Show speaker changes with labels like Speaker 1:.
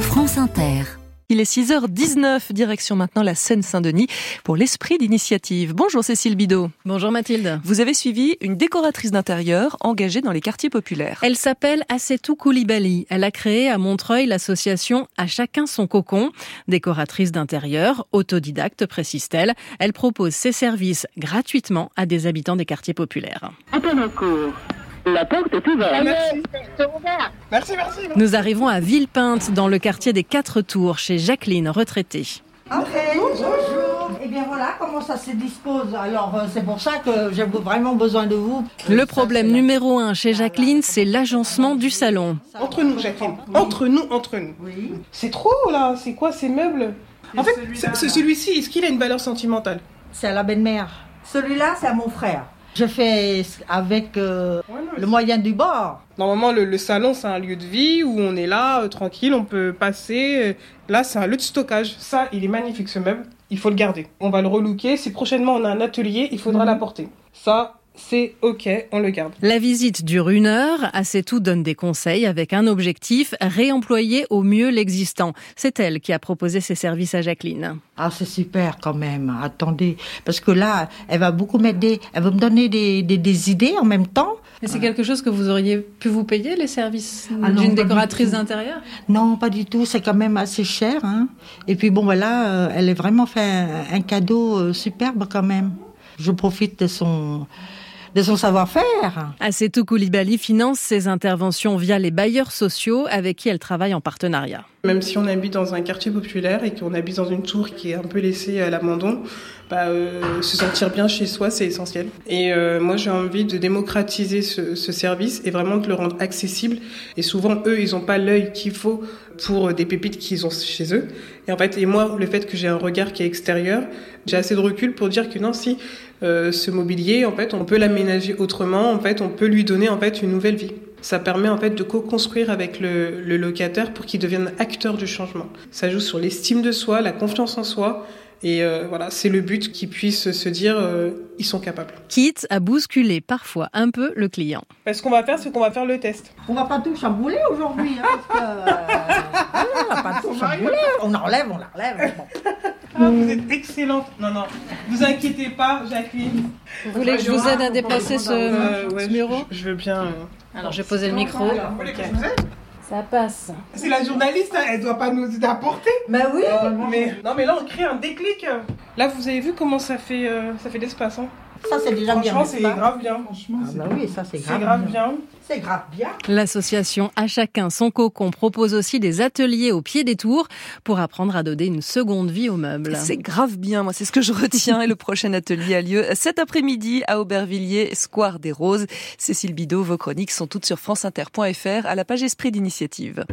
Speaker 1: France Inter.
Speaker 2: Il est 6h19, direction maintenant la Seine-Saint-Denis pour l'esprit d'initiative. Bonjour Cécile Bidot.
Speaker 3: Bonjour Mathilde.
Speaker 2: Vous avez suivi une décoratrice d'intérieur engagée dans les quartiers populaires.
Speaker 3: Elle s'appelle Assetou Koulibaly. Elle a créé à Montreuil l'association À chacun son cocon. Décoratrice d'intérieur, autodidacte précise-t-elle, elle propose ses services gratuitement à des habitants des quartiers populaires.
Speaker 4: Appel en cours. La porte est ouverte.
Speaker 5: Merci.
Speaker 4: ouverte.
Speaker 5: Merci, merci.
Speaker 3: Nous arrivons à Villepinte, dans le quartier des Quatre Tours, chez Jacqueline, retraitée.
Speaker 6: Entrez, bonjour. Et bien voilà comment ça se dispose. Alors euh, c'est pour ça que j'ai vraiment besoin de vous.
Speaker 3: Le problème numéro un chez Jacqueline, c'est l'agencement du salon.
Speaker 5: Entre nous, Jacqueline. Entre nous, entre nous.
Speaker 6: Oui.
Speaker 5: C'est trop, là. C'est quoi ces meubles En fait, ce- ce- celui-ci, est-ce qu'il a une valeur sentimentale
Speaker 6: C'est à la belle-mère. Celui-là, c'est à mon frère. Je fais ce- avec euh, le moyen du bord.
Speaker 5: Normalement, le, le salon, c'est un lieu de vie où on est là, euh, tranquille, on peut passer. euh, Là, c'est un lieu de stockage. Ça, il est magnifique, ce meuble. Il faut le garder. On va le relooker. Si prochainement on a un atelier, il faudra l'apporter. Ça, c'est OK, on le garde.
Speaker 3: La visite dure une heure. Assetou donne des conseils avec un objectif, réemployer au mieux l'existant. C'est elle qui a proposé ses services à Jacqueline.
Speaker 6: Ah, c'est super quand même. Attendez, parce que là, elle va beaucoup m'aider. Elle va me donner des, des- des idées en même temps.
Speaker 7: Et c'est quelque chose que vous auriez pu vous payer, les services
Speaker 6: Ah non,
Speaker 7: d'une
Speaker 6: pas du
Speaker 7: décoratrice
Speaker 6: tout.
Speaker 7: d'intérieur
Speaker 6: Non, pas du tout. C'est quand même assez cher. hein. Et puis bon, voilà, euh, elle a vraiment fait un, un cadeau euh, superbe quand même. Je profite de son, de son savoir-faire.
Speaker 3: Assetou Koulibaly finance ses interventions via les bailleurs sociaux avec qui elle travaille en partenariat.
Speaker 5: Même si on habite dans un quartier populaire et qu'on habite dans une tour qui est un peu laissée à l'abandon, bah, euh, se sentir bien chez soi, c'est essentiel. Et euh, moi, j'ai envie de démocratiser ce, ce service et vraiment de le rendre accessible. Et souvent, eux, ils n'ont pas l'œil qu'il faut pour euh, des pépites qu'ils ont chez eux. Et en fait, et moi, le fait que j'ai un regard qui est extérieur, j'ai assez de recul pour dire que non, si euh, ce mobilier, en fait, on peut l'aménager autrement. En fait, on peut lui donner en fait une nouvelle vie. Ça permet en fait de co-construire avec le, le locataire pour qu'il devienne acteur du changement. Ça joue sur l'estime de soi, la confiance en soi. Et euh, voilà, c'est le but qu'ils puissent se dire euh, ils sont capables.
Speaker 3: Quitte à bousculer parfois un peu le client.
Speaker 5: Parce qu'on va faire, c'est qu'on va faire le test.
Speaker 6: On va pas tout chambouler aujourd'hui, hein, parce que, euh, on va pas tout chambouler. On enlève, on l'enlève. Bon.
Speaker 5: Ah, vous êtes excellente. Non, non, vous inquiétez pas, Jacqueline.
Speaker 7: Vous voulez que je vous aide à déplacer ce,
Speaker 5: Euh, ouais,
Speaker 7: ce bureau
Speaker 5: je, je veux bien. euh,
Speaker 7: Alors, j'ai posé le micro.
Speaker 3: Ah,
Speaker 5: ok.
Speaker 7: Ça passe.
Speaker 5: C'est la journaliste, hein, elle doit pas nous apporter.
Speaker 6: Mais oui,
Speaker 5: Mais non, mais là on crée un déclic. Là, vous avez vu comment ça fait, euh, ça fait d'espace. Hein.
Speaker 6: ça c'est déjà bien.
Speaker 5: Franchement,
Speaker 6: n'est-ce
Speaker 5: c'est
Speaker 6: pas
Speaker 5: grave bien. Franchement,
Speaker 6: Ah bah oui, ça c'est
Speaker 5: c'est
Speaker 6: grave.
Speaker 5: grave
Speaker 6: bien.
Speaker 5: bien.
Speaker 6: C'est grave bien.
Speaker 3: L'association À chacun son cocon propose aussi des ateliers au pied des tours pour apprendre à donner une seconde vie aux meubles.
Speaker 2: C'est grave bien, moi c'est ce que je retiens et le prochain atelier a lieu cet après-midi à Aubervilliers, Square des Roses. Cécile Bidot, vos chroniques sont toutes sur franceinter.fr à la page Esprit d'initiative.